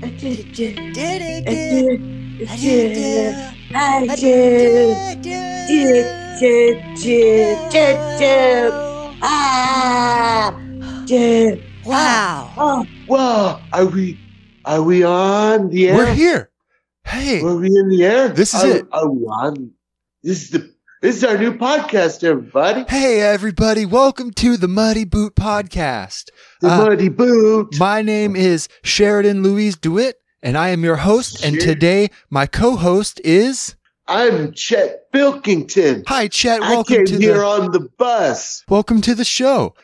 I just did. Did it, I did did. I did did. it, I I did. did it, Did. Did. Did. Did. Did. Ah. Did. Wow. Oh. Wow, are we are we on the air? We're here. Hey, Were we in the air? This is Are- it. Are we on? This is the this is our new podcast, everybody. hey, everybody. Welcome to the Muddy Boot Podcast. The Uh, Muddy Boot. My name is Sheridan Louise DeWitt, and I am your host. And Sher- today, my co host is. I'm Chet Bilkington. Hi, Chet. I Welcome came to here the on the bus. welcome to the show.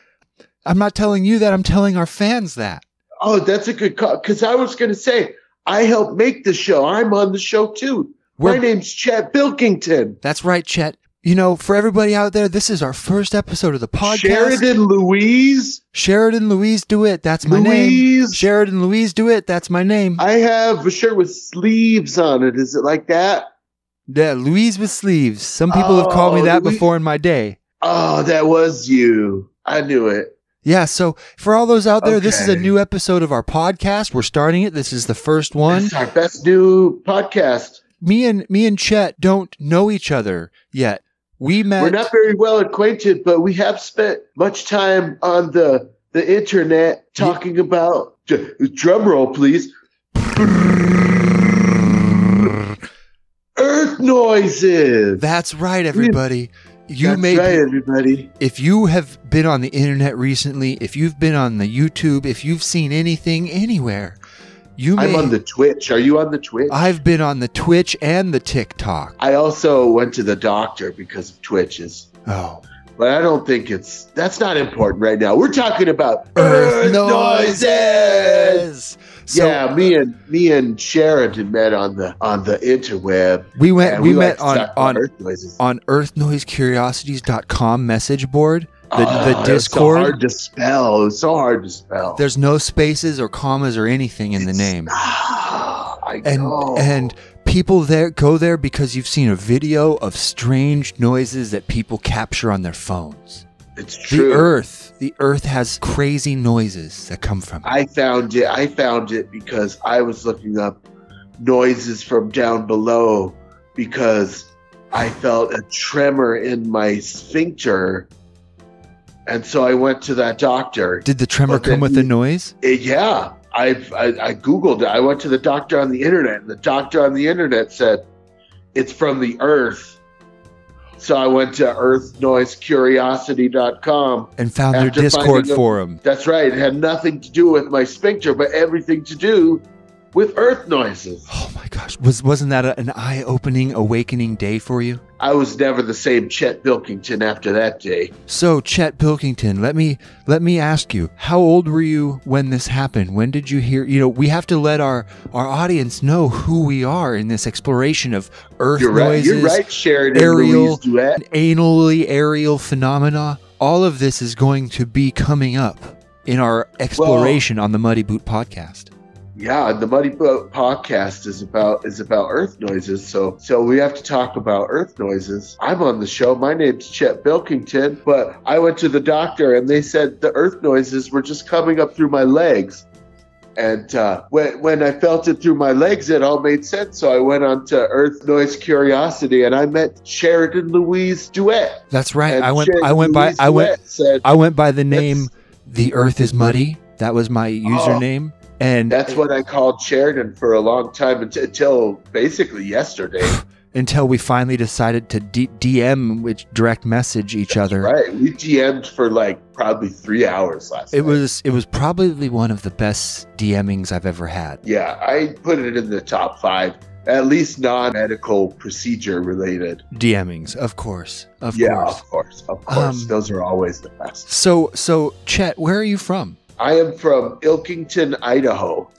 I'm not telling you that. I'm telling our fans that. Oh, that's a good call. Because I was going to say I helped make the show. I'm on the show too. We're, My name's Chet Bilkington. that's right, Chet. You know, for everybody out there, this is our first episode of the podcast. Sheridan Louise. Sheridan Louise DeWitt. That's my name. Louise. Sheridan Louise DeWitt. That's my name. I have a shirt with sleeves on it. Is it like that? Yeah, Louise with sleeves. Some people have called me Oh, that Louise- before in my day. Oh, that was you. I knew it. Yeah, so for all those out there, this is a Okay. new episode of our podcast. We're starting it. This is the first one. This is our best new podcast. Me and me and Chet don't know each other yet. We met We're not very well acquainted, but we have spent much time on the the internet talking about d- drum roll, please. Earth noises. That's right, everybody. You That's may right, everybody. if you have been on the internet recently, if you've been on the YouTube, if you've seen anything anywhere, you may Uh, I'm on the Twitch. Are you on the Twitch? I've been on the Twitch and the TikTok. I also went to the doctor because of Twitches. Oh. But I don't think it's that's not important right now. We're talking about Earth noises. So yeah, me and me and Sheridan met on the on the interweb. we went and we, like met to on talk about on Earth noises. on earthnoisecuriosities.com message board. The, Ah, the it was Discord. so hard to spell. It was so hard to spell. There's no spaces or commas or anything in the It's- name. Ah, I And know. and people there go there because you've seen a video of strange noises that people capture on their phones. it's The true. earth, the earth has crazy noises that come from it. I found it. I found it because I was looking up noises from down below because I felt a tremor in my sphincter, and so I went to that doctor. Did the tremor But then come with the you- noise? Uh, yeah, I've, I I googled it. I went to the doctor on the internet, and the doctor on the internet said it's from the earth. So I went to earthnoisecuriosity.com. And found their After Discord finding a- forum. That's right. It had nothing to do with my sphincter, but everything to do with earth noises. Oh my gosh, was wasn't that a, an eye-opening, awakening day for you? I was never the same Chet Bilkington after that day. So, Chet Pilkington, let me let me ask you, how old were you when this happened? When did you hear? You know, we have to let our our audience know who we are in this exploration of earth You're right. noises, You're right, Sheridan aerial- Louise Duet. anally aerial phenomena. All of this is going to be coming up in our exploration on the Muddy Boot podcast. Yeah, the Muddy Boat podcast is about is about earth noises. So so we have to talk about earth noises. I'm on the show. My name's Chet Bilkington, but I went to the doctor and they said the earth noises were just coming up through my legs. And uh, when, when I felt it through my legs, it all made sense. So I went on to Earth Noise Curiosity and I met Sheridan Louise Duet. That's right. And I went. Sheridan I went by. Louise I went. Duet said, I went by the That's- Oh. name. The Earth is muddy. That was my username, and That's what I called Sheridan for a long time unt- until basically yesterday. until we finally decided to D- DM, which direct message each other. Right. We DM'd for like probably three hours last It night. was it was probably one of the best DMings I've ever had. Yeah, I put it in the top five, at least non medical procedure related. DMings, of course, of yeah, course. of course. Of course. Um, Those are always the best. So so Chet, where are you from? I am from Ilkington, Idaho.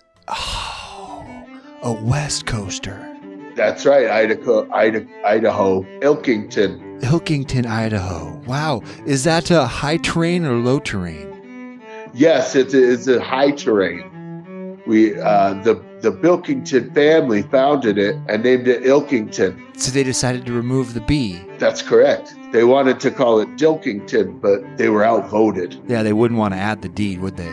Oh, a West Coaster, That's right, Idaho, Idaho, Idaho Ilkington. Hilkington, Idaho. Wow, is that a high terrain or low terrain? Yes, it is a high terrain. We uh, the the Bilkington family founded it and named it Ilkington. So they decided to remove the B. That's correct. They wanted to call it Dilkington, but they were outvoted. Yeah, they wouldn't want to add the D, would they?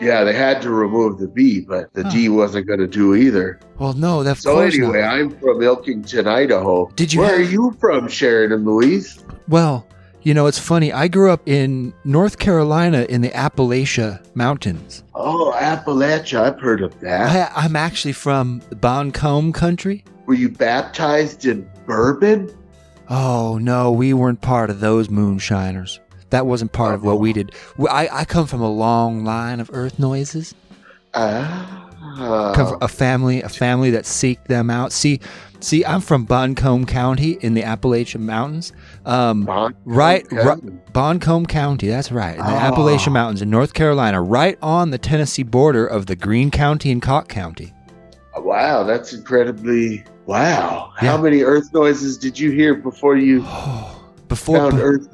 Yeah, they had to remove the B, but the D wasn't going to do either. Well, no, that's So anyway, I'm from Ilkington, Idaho. Did you have- Where are you from, Sharon and Louise? Well, you know, it's funny. I grew up in North Carolina in the Appalachia Mountains. Oh, Appalachia. I've heard of that. I, I'm actually from Boncombe country. Were you baptized in bourbon? Oh, no, we weren't part of those moonshiners. That wasn't part of what we did. W- I, I come from a long line of earth noises. Ah. Come from a family, a family that seeked them out. See, see, I'm from Boncombe County in the Appalachian Mountains. Um, Bon- Right, Okay. right, Boncombe County. That's right, in the Ah. Appalachian Mountains in North Carolina, right on the Tennessee border of the Greene County and Cock County. Wow, that's incredibly. Wow. Yeah. How many earth noises did you hear before you Before, Hmm. found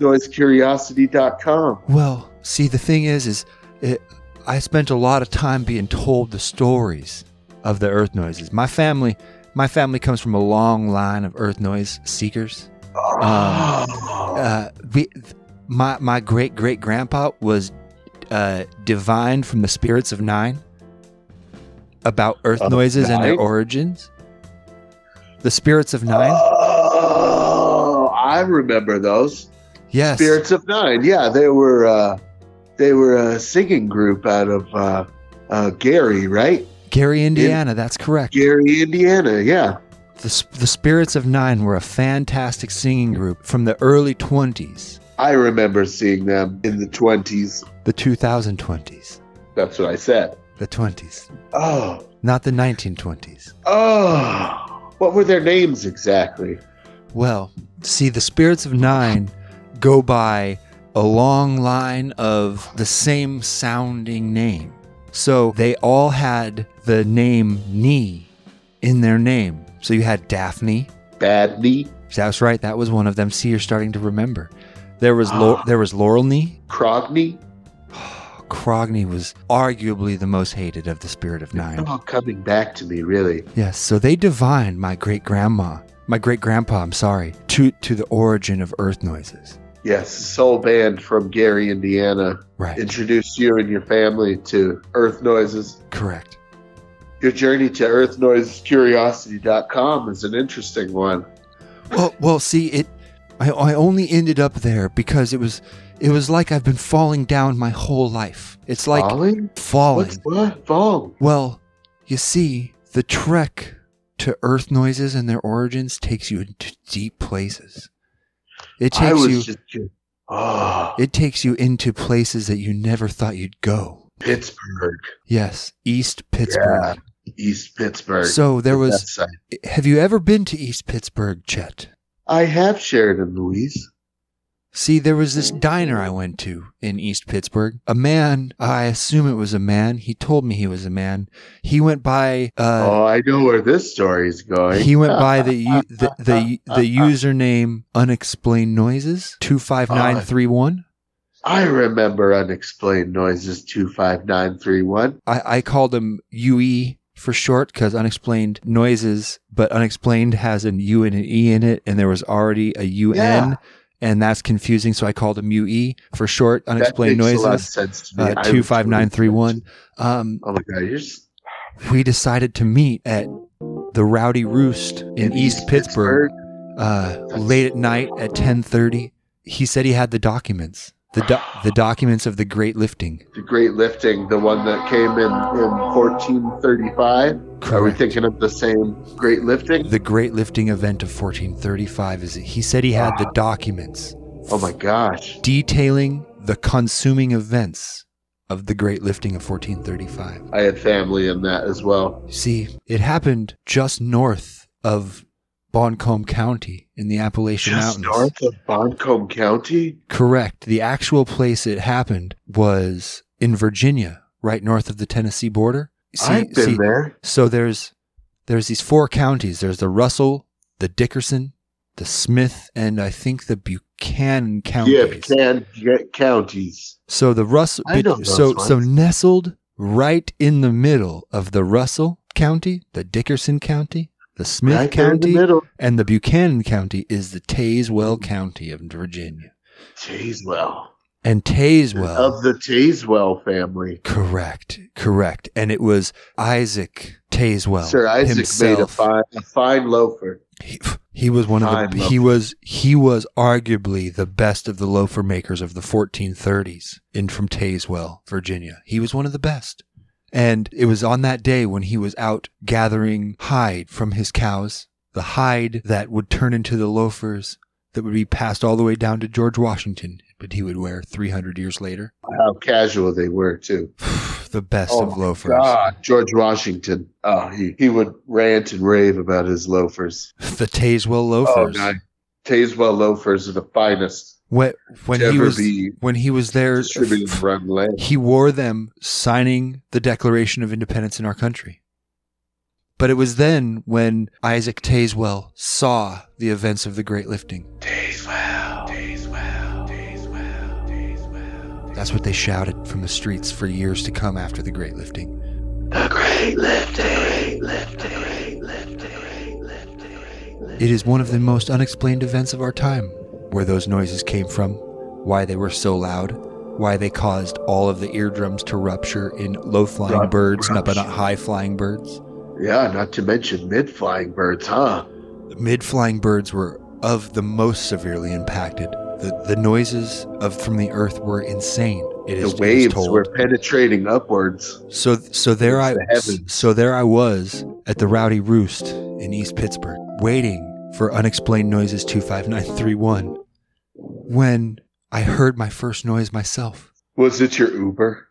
earthnoisecuriosity.com? well, see, the thing is, is it, I spent a lot of time being told the stories of the earth noises. My family, my family comes from a long line of earth noise seekers. Oh. uh, we, my my great great grandpa was uh, divined from the spirits of nine about earth Of noises and their nine? Uh, origins. The spirits of nine, Oh, I remember those. yes, Spirits of Nine. Yeah, they were uh, they were a singing group out of uh, uh, Gary, right? Gary, Indiana. that's correct. Gary, Indiana. Yeah. the s- The spirits of nine were a fantastic singing group from the early twenties, I remember seeing them in the 20s. the two thousand twenties, That's what I said. the twenties, Oh. not the nineteen twenties. Oh. What were their names exactly? Well, see, the spirits of nine go by a long line of the same sounding name. So they all had the name Ni in their name. So you had Daphne. Bad Knee, That's right. That was one of them. See, you're starting to remember. There was Lau- Ah. there was Laurel Knee. Crogny? Crogny was arguably the most hated of the spirit of nine. Oh, coming back to me, really. Yes, so they divined my great grandma, my great grandpa. I'm sorry, to to the origin of earth noises. Yes, soul band from Gary, Indiana, Right. introduced you and your family to Earth Noises. Correct. Your journey to earthnoisescuriosity.com is an interesting one. Well, well, see, it. I, I only ended up there because it was, it was like I've been falling down my whole life. It's like falling? falling. What's what? Falling. Well, you see, the trek to Earth noises and their origins takes you into deep places. It I takes was you. just oh, it takes you into places that you never thought you'd go. Pittsburgh, Yes, East Pittsburgh. East Pittsburgh. so there the was. best side. Have you ever been to East Pittsburgh, Chet? I have Sheridan Louise. See, there was this diner I went to in East Pittsburgh. A man, I assume it was a man. He told me he was a man. He went by, uh, oh, I know where this story's going. he went by the, u- the the the username unexplained noises two five nine three one. I remember unexplained noises two five nine three one. I I called him UE for short because unexplained noises, but unexplained has an U and an E in it, and there was already a UN. Yeah. And that's confusing, so I called him UE for short. Unexplained that makes A lot of noises, sense to me. uh, I two was five nine three one. really- Um, Oh my god, you're just we decided to meet at the Rowdy Roost in, East, Pittsburgh, uh, late at night at 10:30. He said he had the documents, the do- the documents of the Great Lifting. The Great Lifting, the one that came in in 1435. Are we Correct. thinking of the same Great Lifting? The Great Lifting event of 1435 is he said he had the documents Oh my gosh. detailing the consuming events of the Great Lifting of 1435. I had family in that as well. See, it happened just north of Boncombe County in the Appalachian Just Mountains. north of Boncombe County? Correct. The actual place it happened was in Virginia, right north of the Tennessee border. See- I've been see- there. So there's there's these four counties. There's the Russell, the Dickerson, the Smith, and I think the Buchanan counties. Yeah, can get counties. So the Russell. I know those So so ones. nestled right in the middle of the Russell County, the Dickerson County, The Smith right there in the County middle. and the Buchanan County is the Tazewell County of Virginia. Tazewell. And Tazewell Of the Tazewell family. Correct, correct. And it was Isaac Tazewell Sir Isaac made a himself. fine, a fine loafer. he, he was one of the Fine he loafer. was he was arguably the best of the loafer makers of the 1430s in from Tazewell, Virginia. He was one of the best. And it was on that day when he was out gathering hide from his cows, the hide that would turn into the loafers that would be passed all the way down to George Washington, but he would wear 300 years later. How casual they were, too. the best Oh of my loafers. God, George Washington. Oh, he, he would rant and rave about his loafers. the Tazewell Oh, loafers. nice. Tazewell loafers are the finest when when to he ever was be when he was there, distributed f- around the land. he wore them signing the Declaration of Independence in our country. But it was then when Isaac Tazewell saw the events of the Great Lifting. Tazewell. Tazewell. Tazewell. Tazewell. That's what they shouted from the streets for years to come after the Great Lifting. The great lifting. Great lifting. Great lifting. Great lifting. It is one of the most unexplained events of our time where those noises came from, why they were so loud, why they caused all of the eardrums to rupture in low flying Rup- birds, not but not rupture. high flying birds. Yeah, not to mention mid flying birds, huh? Mid flying birds were of the most severely impacted. The, the noises of from the earth were insane. It The is it is waves told. were penetrating upwards. so so there I the heavens. so there I was at the Rowdy Roost in East Pittsburgh, waiting for unexplained noises two five nine three one. When I heard my first noise myself, Was it your Uber?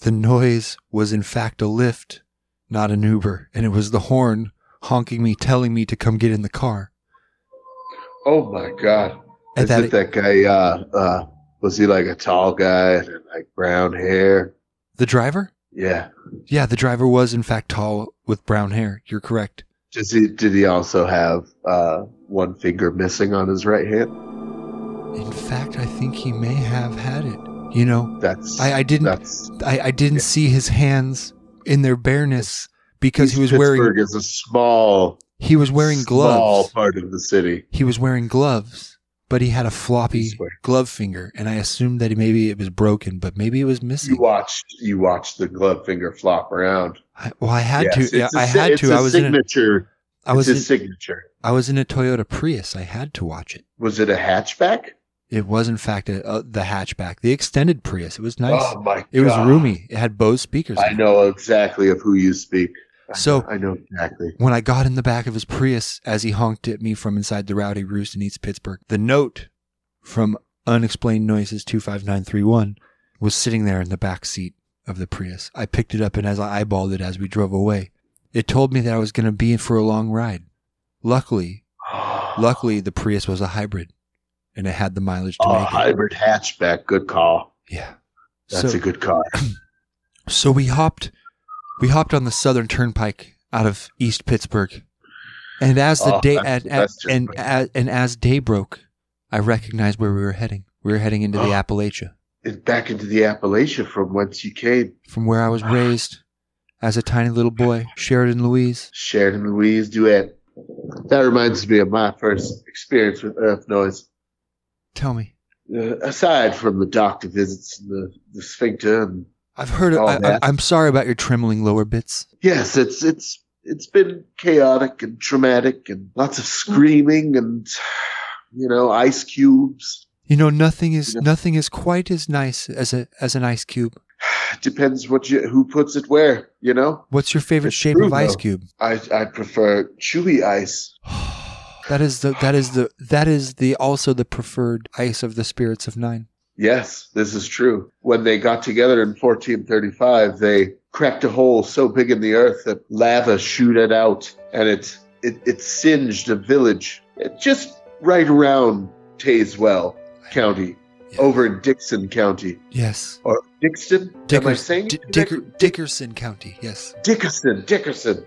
the noise was in fact a lift, not an Uber, and it was the horn honking me, telling me to come get in the car. Oh my God. At e, Is it that guy? Uh, uh, was he like a tall guy and like brown hair? the driver Yeah. Yeah, the driver was in fact tall with brown hair. You're correct. Does he, did he also have uh, one finger missing on his right hand? In fact, I think he may have had it. You know, That's I, I didn't that's I, I didn't yeah. see his hands in their bareness because he was East wearing Pittsburgh is a small he was wearing small gloves. part of the city. He was wearing gloves, but he had a floppy East Pittsburgh. glove finger, and I assumed that maybe it was broken, but maybe it was missing. You watched you watched the glove finger flop around. I, well, I had Yes, to. Yeah, it's a I si- had it's to. a I was in a, signature. I was it's his in, signature. I was in a Toyota Prius. I had to watch it. Was it a hatchback? It was in fact a, uh, the hatchback, the extended Prius. It was nice. Oh my! It was God. roomy. It had Bose speakers. I in it. know exactly of who you speak. I So- know- I know exactly. When I got in the back of his Prius as he honked at me from inside the rowdy roost in East Pittsburgh, the note from Unexplained Noises 25931 was sitting there in the back seat of the Prius. I picked it up and as I eyeballed it as we drove away, it told me that I was going to be in for a long ride. Luckily, luckily the Prius was a hybrid and it had the mileage to Oh, make it. hybrid hatchback. Good call. Yeah. That's So- a good call. So we hopped, we hopped on the Southern Turnpike out of East Pittsburgh, and as the Oh, day that's and, the best and, turnpike. and, and as day broke, I recognized where we were heading. We were heading into the Oh. Appalachia, It's back into the Appalachia from whence you came. from where I was raised as a tiny little boy, Sheridan, Louise. Sheridan Louise Duet. That reminds me of my first experience with Earth Noise. Tell me, Uh, aside from the doctor visits and the, the sphincter and I've heard. Oh, I, I, that- I'm sorry about your trembling lower bits. Yes, it's it's it's been chaotic and traumatic and lots of screaming and you know ice cubes. You know, nothing is Yeah. nothing is quite as nice as a as an ice cube. It depends what you who puts it where. You know, What's your favorite It's shape true, of ice though. cube? I I prefer chewy ice. That is the that is the that is the also the preferred ice of the spirits of nine. Yes, this is true. When they got together in 1435, they cracked a hole so big in the earth that lava shooted out, and it it, it singed a village It just right around Tazewell County, Yeah. over in Dixon County. Yes. or Dixon. Am I saying Di- it Dicker- correctly? Dickerson County. Yes. Dickerson? Dickerson.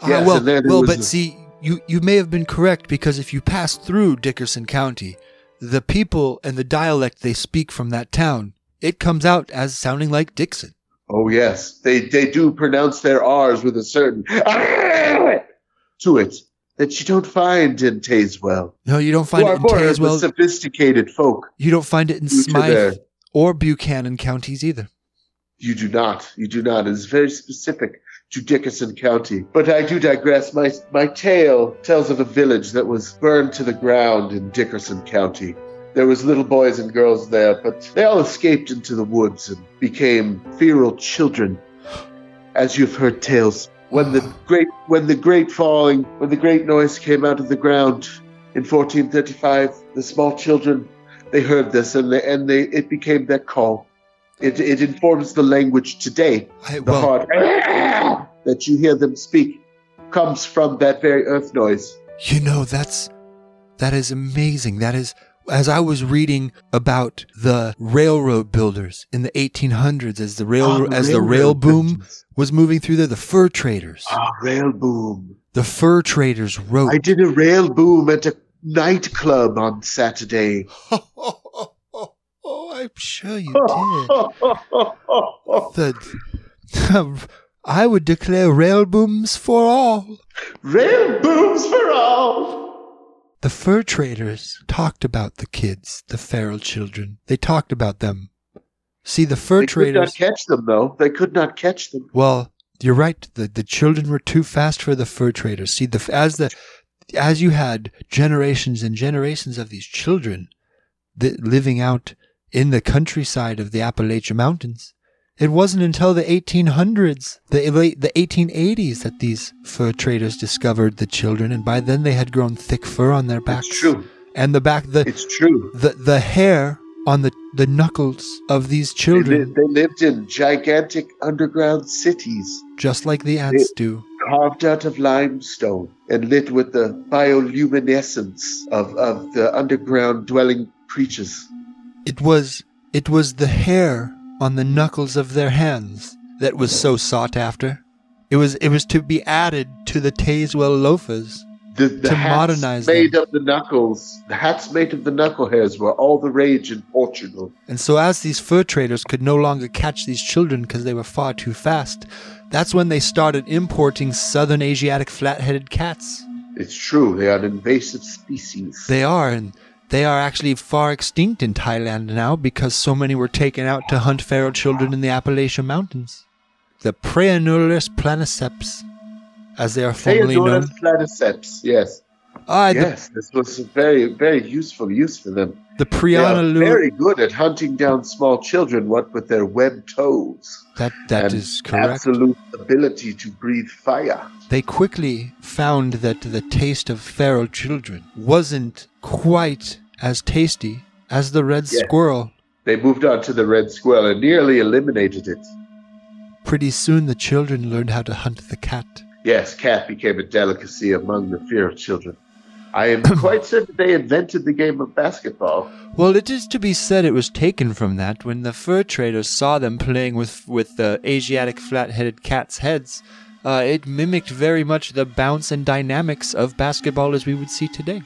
Ah, Yes, well, and then it well, was but a- see, you you may have been correct because if you pass through Dickerson County, the people and the dialect they speak from that town, it comes out as sounding like Dixon. Oh yes, they they do pronounce their R's with a certain. to it that you don't find in Tazewell. No, you don't find who it are in more of the Tazewell. sophisticated folk. You don't find it in due to their- Smythe or Buchanan counties either. You do not. You do not. It is very specific to Dickerson County. But I do digress. My my tale tells of a village that was burned to the ground in Dickerson County. There was little boys and girls there, but they all escaped into the woods and became feral children, as you've heard tales. When the great when the great falling when the great noise came out of the ground in 1435, the small children they heard this and they, and they it became their call. It, it informs the language today I, the well, hard that you hear them speak comes from that very earth noise. you know that's that is amazing. That is as I was reading about the railroad builders in the 1800s as the rail Ah, as the rail boom pigeons. was moving through there, the fur traders. Ah, rail boom. The fur traders wrote. I did a rail boom at a nightclub on Saturday. Oh, oh, oh, oh, oh, I'm sure you did. rail The, I would declare rail booms for all. booms for all. The fur traders talked about the kids, the feral children. They talked about them. See, the fur They could not traders. catch them though. They could not catch them. Well, you're right. The the children were too fast for the fur traders. See, the as the as you had generations and generations of these children that living out in the countryside of the Appalachian Mountains. It wasn't until the 1800s, the late the 1880s, that these fur traders discovered the children, and by then they had grown thick fur on their backs. It's true. And the back the It's true. the, the hair on the, the knuckles of these They, children, li- they lived in gigantic underground cities. just like the ants do. carved out of limestone and lit with the bioluminescence of, of the underground dwelling creatures. It was it was the hair on the knuckles of their hands that was so sought after. It was it was to be added to the Tazewell loafers. The, the To hats modernize them. made of the knuckles, the hats made of the knuckle hairs were all the rage in Portugal. And so as these fur traders could no longer catch these children because they were far too fast, that's when they started importing southern Asiatic flat-headed cats. It's true, they are an invasive species. They are, and they are actually far extinct in Thailand now because so many were taken out to hunt feral children in the Appalachian Mountains. The Praenurus planiceps, as they are formally known. Theodorus planiceps, yes. Ah, the, yes, this was a very, very useful use for them. the They are Prianulu- very good at hunting down small children, what with their webbed toes. That, that and is correct. Absolute ability to breathe fire. They quickly found that the taste of feral children wasn't quite as tasty as the red Yeah. squirrel. They moved on to the red squirrel and nearly eliminated it. Pretty soon the children learned how to hunt the cat. Yes, cat became a delicacy among the feral children. I am quite certain they invented the game of basketball. Well, it is to be said it was taken from that when the fur traders saw them playing with with the Asiatic flat-headed cats' heads. Uh, it mimicked very much the bounce and dynamics of basketball as we would see today.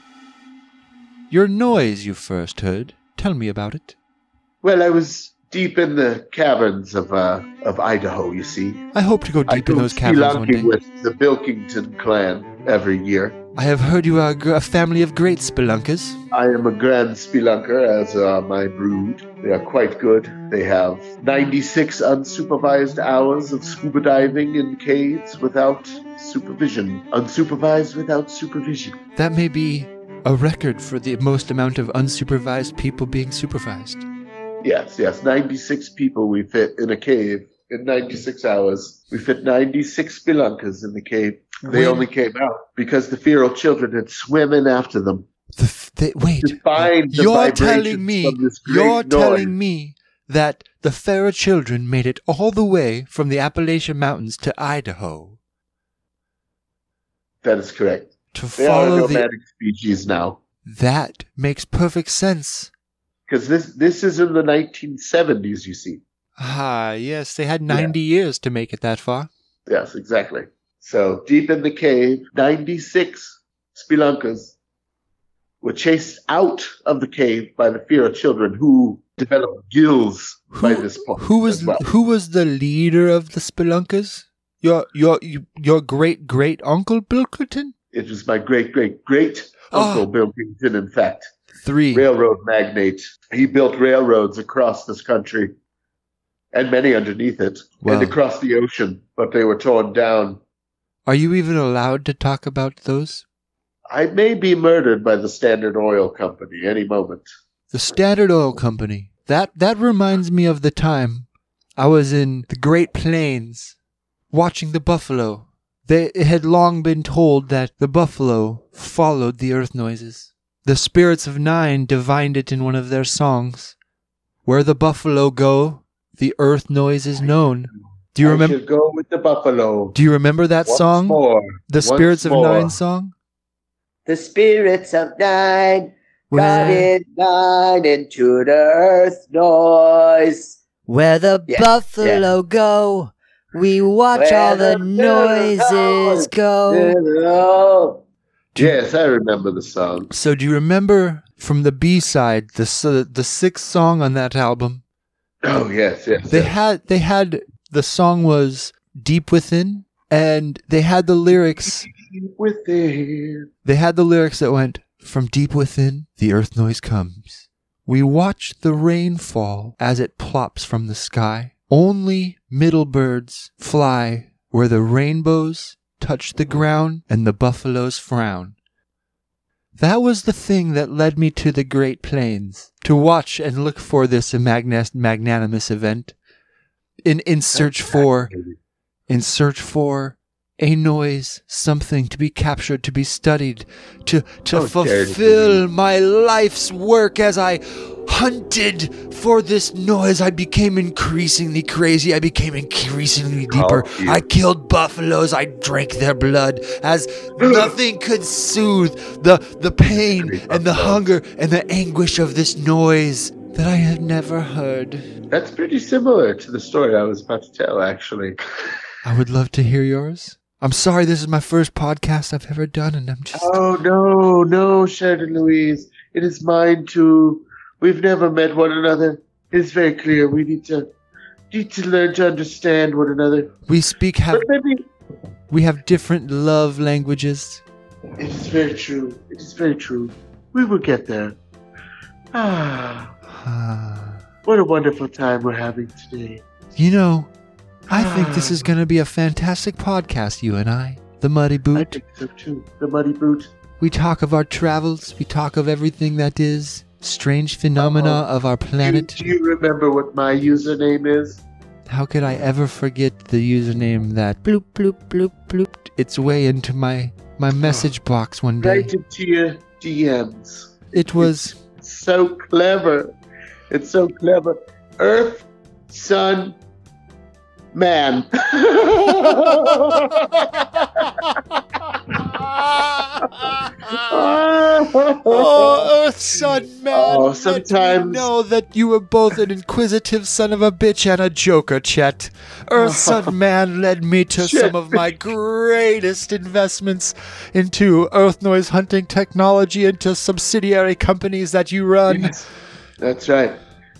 Your noise you first heard. Tell me about it. Well, I was deep in the caverns of uh, of Idaho, you see. I hope to go I deep in go those caverns one spelunking day. with the Bilkington clan every year. I have heard you are a, gr- a family of great spelunkers. I am a grand spelunker, as are my brood. They are quite good. They have 96 unsupervised hours of scuba diving in caves without supervision. Unsupervised without supervision. That may be a record for the most amount of unsupervised people being supervised. Yes, yes, 96 people we fit in a cave in 96 hours. We fit 96 spelunkers in the cave. They When- only came out because the feral children had swim in after them. The, f- the, wait. To find the you're vibrations telling me. from this great You're noise. telling me that the Farah children made it all the way from the Appalachian Mountains to Idaho That is correct. to They are a follow the. nomadic species now. That makes perfect sense. because this this is in the 1970s. You see, Ah, yes, they had Yeah. 90 years to make it that far. yes, exactly. So deep in the cave, 96 spelunkers were chased out of the cave by the fear of children who developed gills by this point. who was as well. who was the leader of the spelunkers? Your your your great great uncle Bilkerton? It was my great great great uncle Oh. Bilkington, in fact, Three. railroad magnate. He built railroads across this country and many underneath it Wow. and across the ocean, but they were torn down. Are you even allowed to talk about those? I may be murdered by the Standard Oil Company any moment. The Standard Oil Company. That that reminds me of the time I was in the Great Plains watching the buffalo. They it had long been told that the buffalo followed the earth noises. The spirits of nine divined it in one of their songs. Where the buffalo go, the earth noise is known. Do you I remember should go with the buffalo. do you remember that Once song? more, The once Spirits of more. Nine song? The spirits of nine got Where- in nine into the earth noise. Where the Yeah, buffalo go, we watch Where all the the noises buffalo Oh. go. Hello. Yes, I remember the song. So do you remember from the B side, the s- the sixth song on that album? Oh yes, yes. They yes. had they had the song was Deep Within, and they had the lyrics. within. They had the lyrics that went from deep within the earth noise comes. We watch the rain fall as it plops from the sky. Only middle birds fly where the rainbows touch the ground and the buffaloes frown. That was the thing that led me to the Great Plains to watch and look for this magnas- magnanimous event in, in search for in search for a noise, something to be captured, to be studied, to, to How dare you. fulfill my life's work as I hunted for this noise. I became increasingly crazy. I became increasingly deeper. you. I killed buffaloes. I drank their blood as nothing could soothe the, the pain Great and the buffalo. hunger and the anguish of this noise that I had never heard. That's pretty similar to the story I was about to tell, actually. I would love to hear yours. I'm sorry, this is my first podcast I've ever done, and I'm just. Oh no, no, Sheridan Louise. It is mine too. We've never met one another. It's very clear we need to need to learn to understand one another. We speak have But maybe we have different love languages. it is very true. It is very true. We will get there. Ah, Ah. what a wonderful time we're having today. you know, I think this is going to be a fantastic podcast. You and I, the Muddy Ah. I Boot. think so too. The muddy boot. We talk of our travels. We talk of everything that is strange phenomena of our planet. Do, do you remember what my username is? How could I ever forget the username that bloop bloop bloop blooped its way into my my message box one day? Right into your DMs. It was so clever. It's so clever. Earth, sun, man. oh, Oh, Earth Sun Man! Oh, let me sometimes- know that you were both an inquisitive son of a bitch and a joker, Chet. Earth Sun Man led me to Oh. Chet. some of my greatest investments into Earth noise hunting technology, into subsidiary companies that you run. That's right.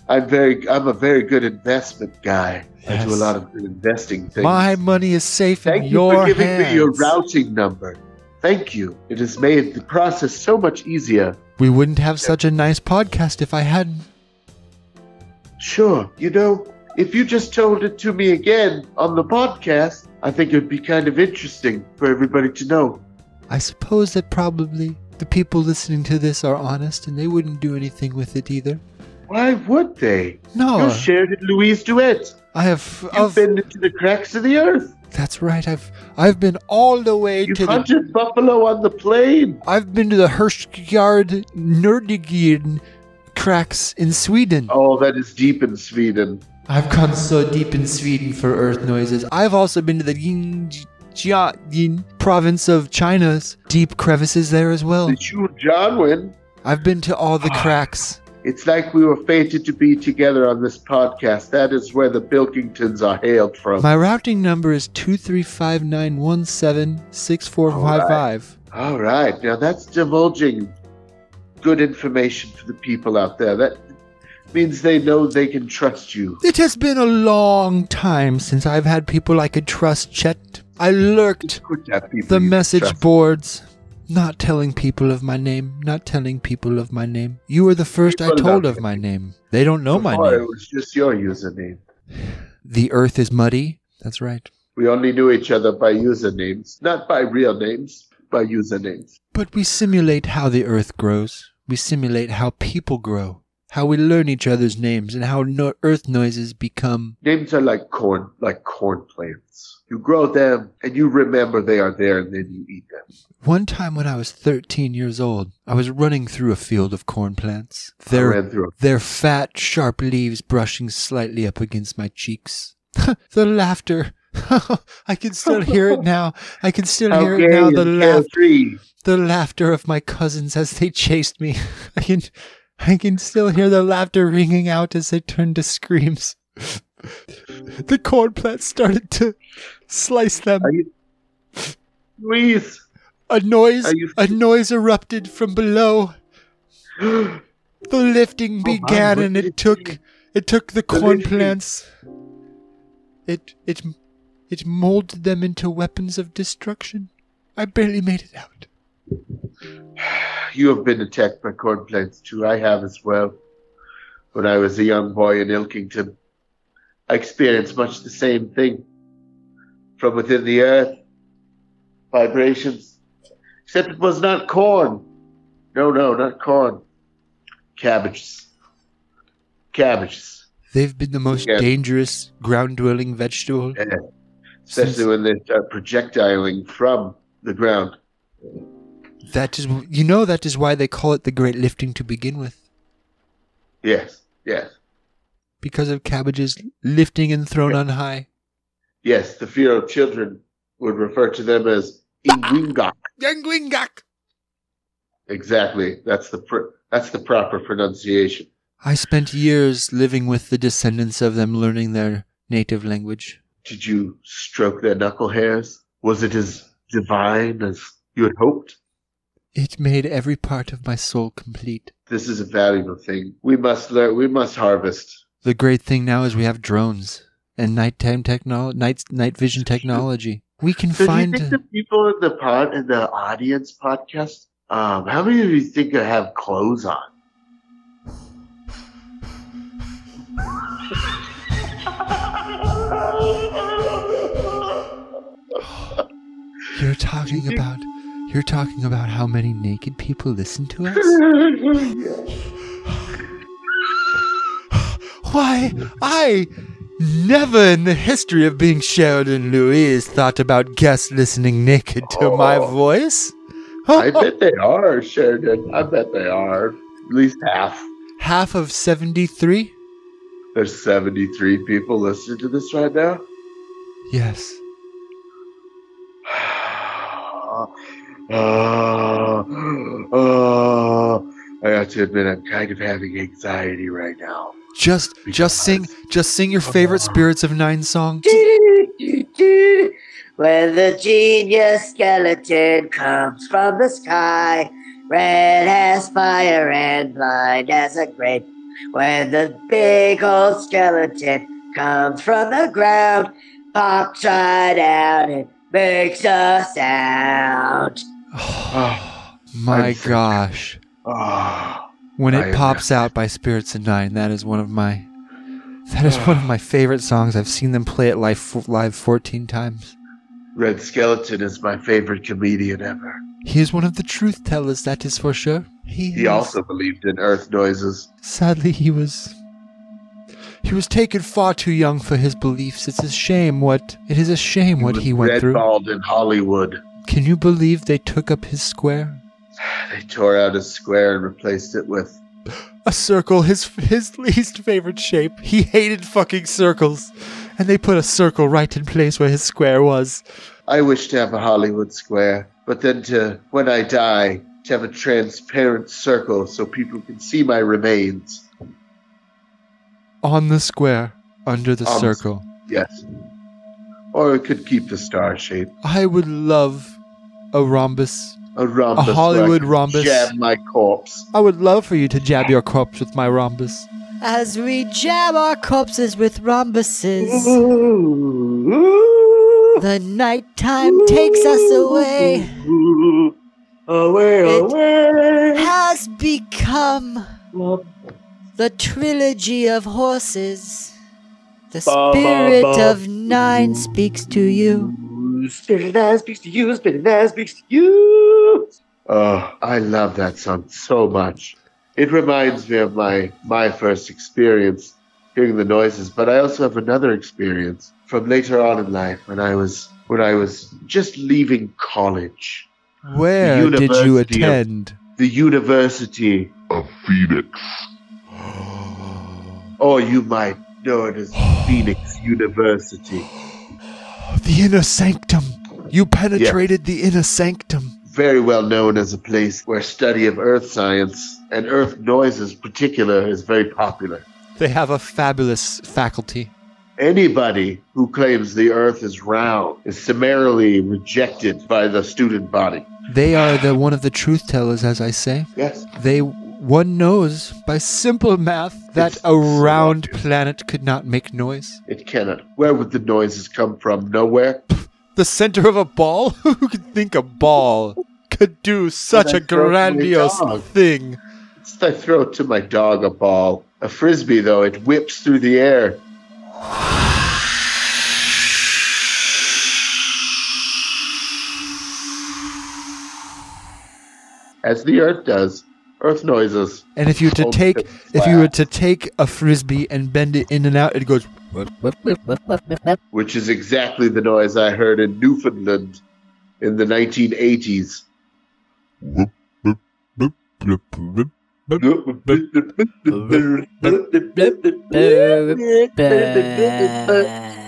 I'm very. I'm a very good investment guy. I do a Yes. lot of good investing things. My money is safe Thank in you your for giving hands. me your routing number. Thank you. It has made the process so much easier. We wouldn't have such a nice podcast if I hadn't. Sure. You know, if you just told it to me again on the podcast, I think it would be kind of interesting for everybody to know. I suppose that probably the people listening to this are honest and they wouldn't do anything with it either. Why would they? No, You shared it, Louise Duet. I have. You've I've, been into the cracks of the earth. that's right. I've I've been all the way You to the. hunted buffalo on the plain. I've been to the Hirschgard Nerdigirden cracks in Sweden. Oh, that is deep in Sweden. I've gone so deep in Sweden for earth noises. I've also been to the Yinjiayin province of China's deep crevices there as well. The Shu Janwin. I've been to all the Ah. cracks. It's like we were fated to be together on this podcast. That is where the Bilkingtons are hailed from. My routing number is two three five nine one seven six four five five. All right, now that's divulging good information for the people out there. That means they know they can trust you. It has been a long time since I've had people I could trust, Chet. I lurked Could that be the you can message trust? boards. Not telling people of my name, not telling people of my name. You were the first I People told don't of my name. They don't know my Before, It name. was just your username. The earth is muddy. That's right. We only knew each other by usernames, not by real names, by usernames. But we simulate how the earth grows. We simulate how people grow, how we learn each other's names, and how no- earth noises become. Names are like corn, like corn plants. You grow them and you remember they are there and then you eat them. One time when I was 13 years old, I was running through a field of corn plants. I There ran through their fat, sharp leaves brushing slightly up against my cheeks. the laughter. I can still hear it now. I can still How hear it gay now. is The, Kale laugh, Tree? the laughter of my cousins as they chased me. I can, I can still hear the laughter ringing out as they turned to screams. the corn plants started to slice them. Are you, Luis, A noise, Are you- a noise erupted from below. The lifting my, began, Oh, what and did it it took mean? it took the The corn lifting. plants. It it it molded them into weapons of destruction. I barely made it out. you have been attacked by corn plants too. I have as well. When I was a young boy in Ilkington, I experienced much the same thing from within the earth vibrations. Except it was not corn. No, no, not corn. Cabbages. Cabbages. They've been the most Yeah. dangerous ground-dwelling vegetable. Yeah. Especially when they start projectiling from the ground. That is, you know, that is why they call it the Great Lifting to begin with, Yes, yes. because of cabbages lifting and thrown on high. Yes, the fear of children would refer to them as ingwingak. Yanguingak. Exactly. That's the pr- that's the proper pronunciation. I spent years living with the descendants of them, learning their native language. Did you stroke their knuckle hairs? Was it as divine as you had hoped? It made every part of my soul complete. This is a valuable thing. We must learn. We must harvest. The great thing now is we have drones and nighttime technology, night night vision technology. We can So find. do you think the people in the pod in the audience podcast? Um, how many of you think I have clothes on? You're talking about. You're talking about how many naked people listen to us. Why, I never in the history of being Sheridan Louise thought about guests listening naked to my Oh. voice. I bet they are, Sheridan. I bet they are. At least half. Half of 73? There's 73 people listening to this right now. Yes. Uh, uh, I have to admit, I'm kind of having anxiety right now. Just just sing just sing your favorite Spirits of Nine song. When the genius skeleton comes from the sky, red as fire and blind as a grape. When the big old skeleton comes from the ground, pops right out and makes a sound. Oh, My I'm sick. gosh. Ah, When I it am pops out by Spirits of Nine, that is one of my that is one of my favorite songs. I've seen them play it live live 14 times. Red Skeleton is my favorite comedian ever. He is one of the truth tellers, that is for sure. He is- also believed in earth noises. Sadly, he was. He was taken far too young for his beliefs. It's a shame what. It is a shame what was he went through. red-balled in Hollywood. Can you believe they took up his square? They tore out his square and replaced it with. A circle, his his least favorite shape. He hated fucking circles, and they put a circle right in place where his square was. I wish to have a Hollywood square, but then to, when I die, to have a transparent circle so people can see my remains. On the square, under the Um, circle. Yes. Or it could keep the star shape. I would love a rhombus. A rhombus. where I Hollywood could rhombus. Jab my corpse. I would love for you to jab your corpse with my rhombus. As we jab our corpses with rhombuses, Ooh, the nighttime takes us away. away, It- away. has become Well, the trilogy of horses. The Ba, ba, spirit ba. of nine speaks to you. Spirit of that speaks to you, spirit of that speaks to you. Oh, I love that song so much. It reminds me of my my first experience hearing the noises, but I also have another experience from later on in life when I was when I was just leaving college, Where did you University of- attend? the University of Phoenix. or Oh, you might know it as Phoenix University. The inner sanctum. You penetrated the inner sanctum. Very well known as a place where study of earth science and earth noises in particular is very popular. They have a fabulous faculty. Anybody who claims the earth is round is summarily rejected by the student body. They are the one of the truth tellers, as I say. Yes. They one knows by simple math that It's a so round obvious. planet could not make noise. It cannot. Where would the noises come from? Nowhere. The center of a ball? Who could think a ball could do such a that's broken grandiose dog. thing? It's I throw to my dog a ball. A frisbee, though, it whips through the air. As the earth does, earth noises. And if you were to Oh, take it's if you were flat. to take a frisbee and bend it in and out, it goes which is exactly the noise I heard in Newfoundland in the 1980s.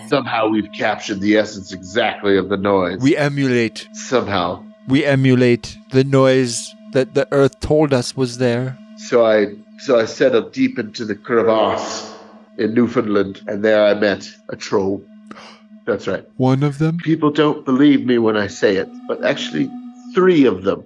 Somehow we've captured the essence exactly of the noise. we emulate Somehow. we emulate the noise that the earth told us was there. So I so I set up deep into the crevasse in Newfoundland, and there I met a troll. That's right. One of them? People don't believe me when I say it, but actually three of them.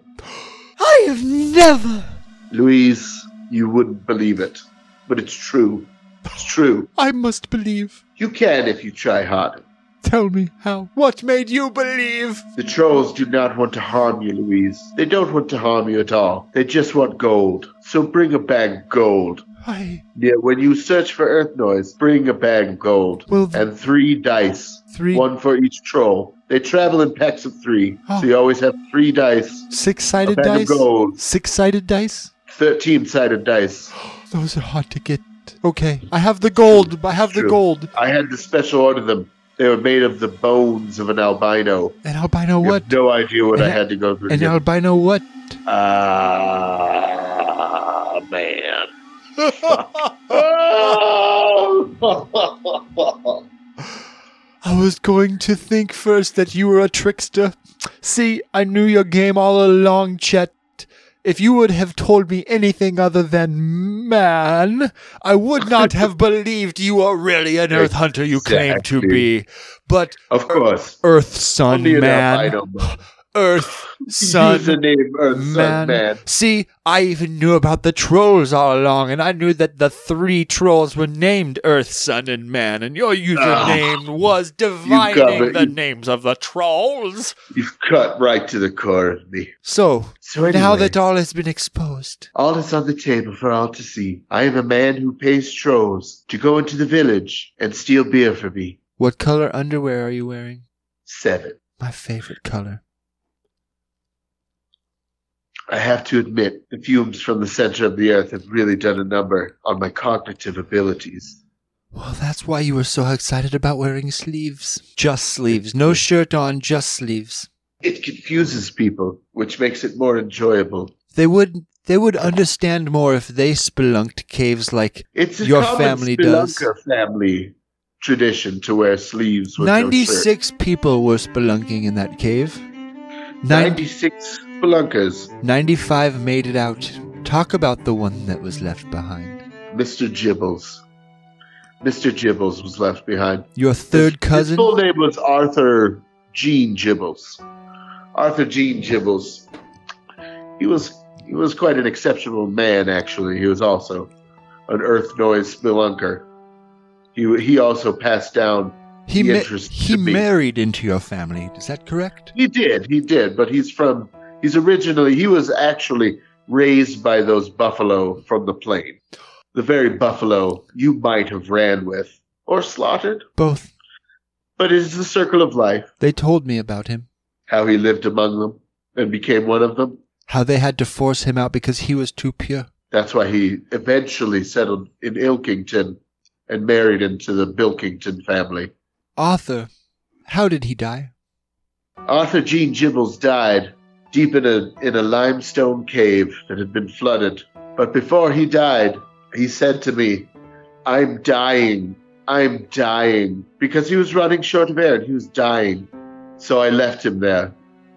I have never. Louise, you wouldn't believe it, but it's true. It's true. I must believe. You can if you try hard. Tell me how. What made you believe? The trolls do not want to harm you, Louise. They don't want to harm you at all. They just want gold. So bring a bag of gold. I Yeah, when you search for earth noise, bring a bag of gold Well, th- and three dice, three one for each troll. They travel in packs of three, Oh. so you always have three dice, six a sided bag dice? of gold, Six sided dice? thirteen-sided dice. Those are hard to get. Okay. I have the gold. I have the True. gold. I had to special order them. They were made of the bones of an albino. An albino You what? have no idea what I An- had to go through. An to albino what? get- Ah, man. Oh! I was going to think first that you were a trickster. See, I knew your game all along, Chet. If you would have told me anything other than man, I would not have believed you are really an Earth Hunter you claim to be. But of course. Earth Sun Only an Man, albino man. Earth Use the Sun name Earth Sun Man. Man. See, I even knew about the trolls all along, and I knew that the three trolls were named Earth, Sun, and Man, and your username was divining Ah, it. the You- names of the trolls. You've cut right to the core of me. So, So anyway, now that all has been exposed, all is on the table for all to see, I am a man who pays trolls to go into the village and steal beer for me. what color underwear are you wearing? Seven. My favorite color. I have to admit, the fumes from the center of the earth have really done a number on my cognitive abilities. Well, that's why you were so excited about wearing sleeves. Just sleeves. No shirt on, just sleeves. It confuses people, which makes it more enjoyable. They would they would understand more if they spelunked caves like It's a Your common family does. Spelunker family tradition to wear sleeves with no shirt. 96 people were spelunking in that cave. Ninety 96 spelunkers. ninety-five 95 made it out. Talk about the one that was left behind. Mr. Gibbles. Mr. Gibbles was left behind. Your His- third His cousin? full name was Arthur Gene Gibbles. Arthur Gene Gibbles. He was he was quite an exceptional man, actually. He was also an Earth Noise spelunker. He he also passed down. He, he ma- interested he me. married into your family. Is that correct? He did, he did, but he's from He's originally he was actually raised by those buffalo from the plain, the very buffalo you might have ran with or slaughtered. Both. But it is the circle of life They told me about him, how he lived among them and became one of them. how they had to force him out because he was too pure. That's why he eventually settled in Ilkington and married into the Bilkington family. Arthur, how did he die? Arthur Jean Gibbles died deep in a in a limestone cave that had been flooded. But before he died, he said to me, "I'm dying. I'm dying." Because he was running short of air and he was dying. So I left him there,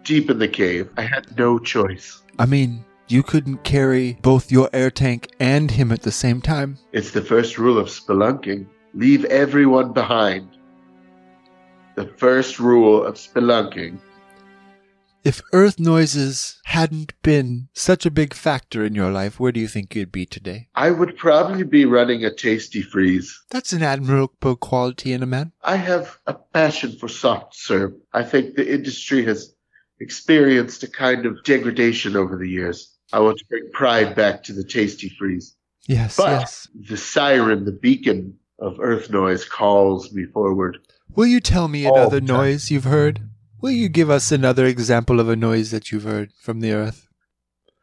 deep in the cave. I had no choice. I mean, you couldn't carry both your air tank and him at the same time. It's the first rule of spelunking. Leave everyone behind. The first rule of spelunking. If earth noises hadn't been such a big factor in your life, where do you think you'd be today? I would probably be running a tasty freeze. That's an admirable quality in a man. I have a passion for soft serve. I think the industry has experienced a kind of degradation over the years. I want to bring pride back to the tasty freeze. Yes, But yes. the siren, the beacon of earth noise calls me forward. Will you tell me All another the time. noise you've heard? Will you give us another example of a noise that you've heard from the earth?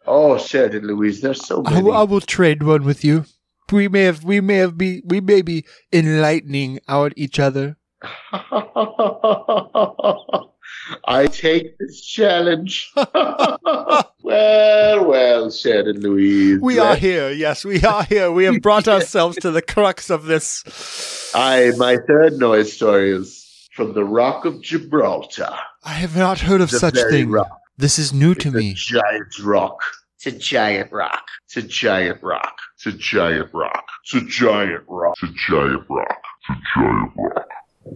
Oh, Sheridan Louise, there's so I many. will, I will trade one with you. We may have, we may have be, we may be enlightening out each other. I take this challenge. well, well, Shannon Louise. We are here. Yes, we are here. We have brought ourselves to the crux of this. I my third noise story is from the Rock of Gibraltar. I have not heard of The such very thing. rock. This is new to It's a me. giant rock. It's a giant rock. It's a giant rock. It's a giant rock. It's a giant rock. It's a giant rock. It's a giant rock.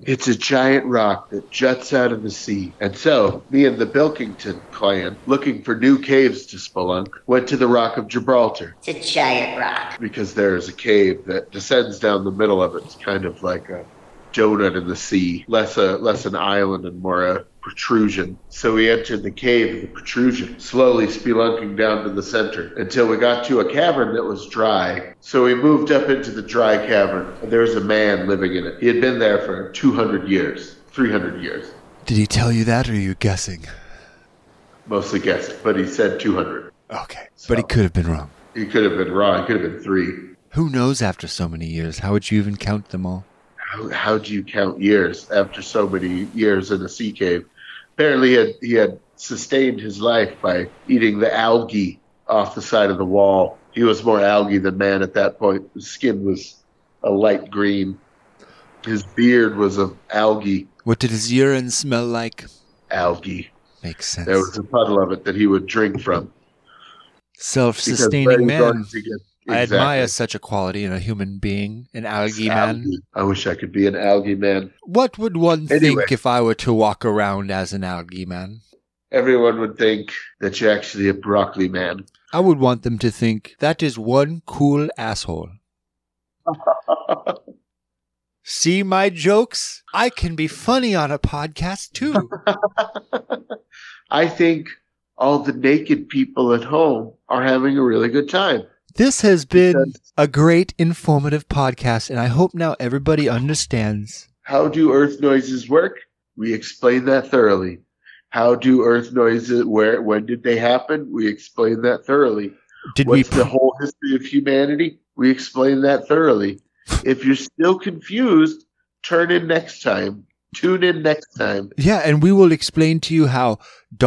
It's a giant rock that juts out of the sea. And so, me and the Bilkington clan, looking for new caves to spelunk, went to the Rock of Gibraltar It's a giant rock. because there is a cave that descends down the middle of it. It's kind of like a donut in the sea, less a less an island and more a protrusion. So we entered the cave of the protrusion, slowly spelunking down to the center until we got to a cavern that was dry. So we moved up into the dry cavern, and there was a man living in it. He had been there for 200 years, 300 years, Did he tell you that, or are you guessing? mostly guessing, but he said 200. Okay, but he could have been wrong. He could have been wrong. He could have been three. Who knows? After so many years, how would you even count them all? how, how do you count years after so many years in a sea cave? Apparently, he had, he had sustained his life by eating the algae off the side of the wall. He was more algae than man at that point. His skin was a light green. His beard was of algae. What did his urine smell like? Algae. Makes sense. There was a puddle of it that he would drink from. because Self-sustaining brains man. aren't to get- I admire Exactly. such a quality in a human being, an algae man. Algae. I wish I could be an algae man. What would one Anyway. think if I were to walk around as an algae man? Everyone would think that you're actually a broccoli man. I would want them to think that is one cool asshole. See my jokes? I can be funny on a podcast too. I think all the naked people at home are having a really good time. this has been a great informative podcast, and I hope now everybody understands. How do earth noises work? We explain that thoroughly. How do earth noises where when did they happen? We explain that thoroughly. Did What's we? the whole history of humanity? We explain that thoroughly. If you're still confused, turn in next time. Tune in next time. yeah, and we will explain to you how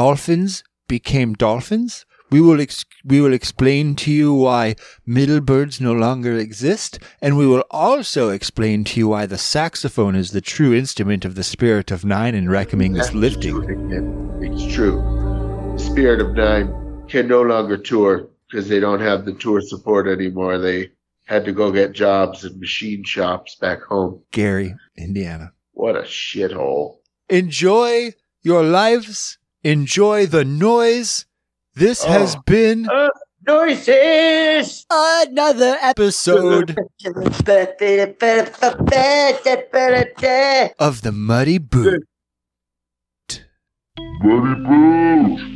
dolphins became dolphins. We will ex- we will explain to you why middle birds no longer exist, and we will also explain to you why the saxophone is the true instrument of the spirit of nine and reckoning is lifting. It's true. Spirit of Nine can no longer tour because they don't have the tour support anymore. They had to go get jobs in machine shops back home. Gary, Indiana. What a shithole. Enjoy your lives. Enjoy the noise. This Oh. has been Noises! Another episode of the Muddy Boot. Buddy Boots!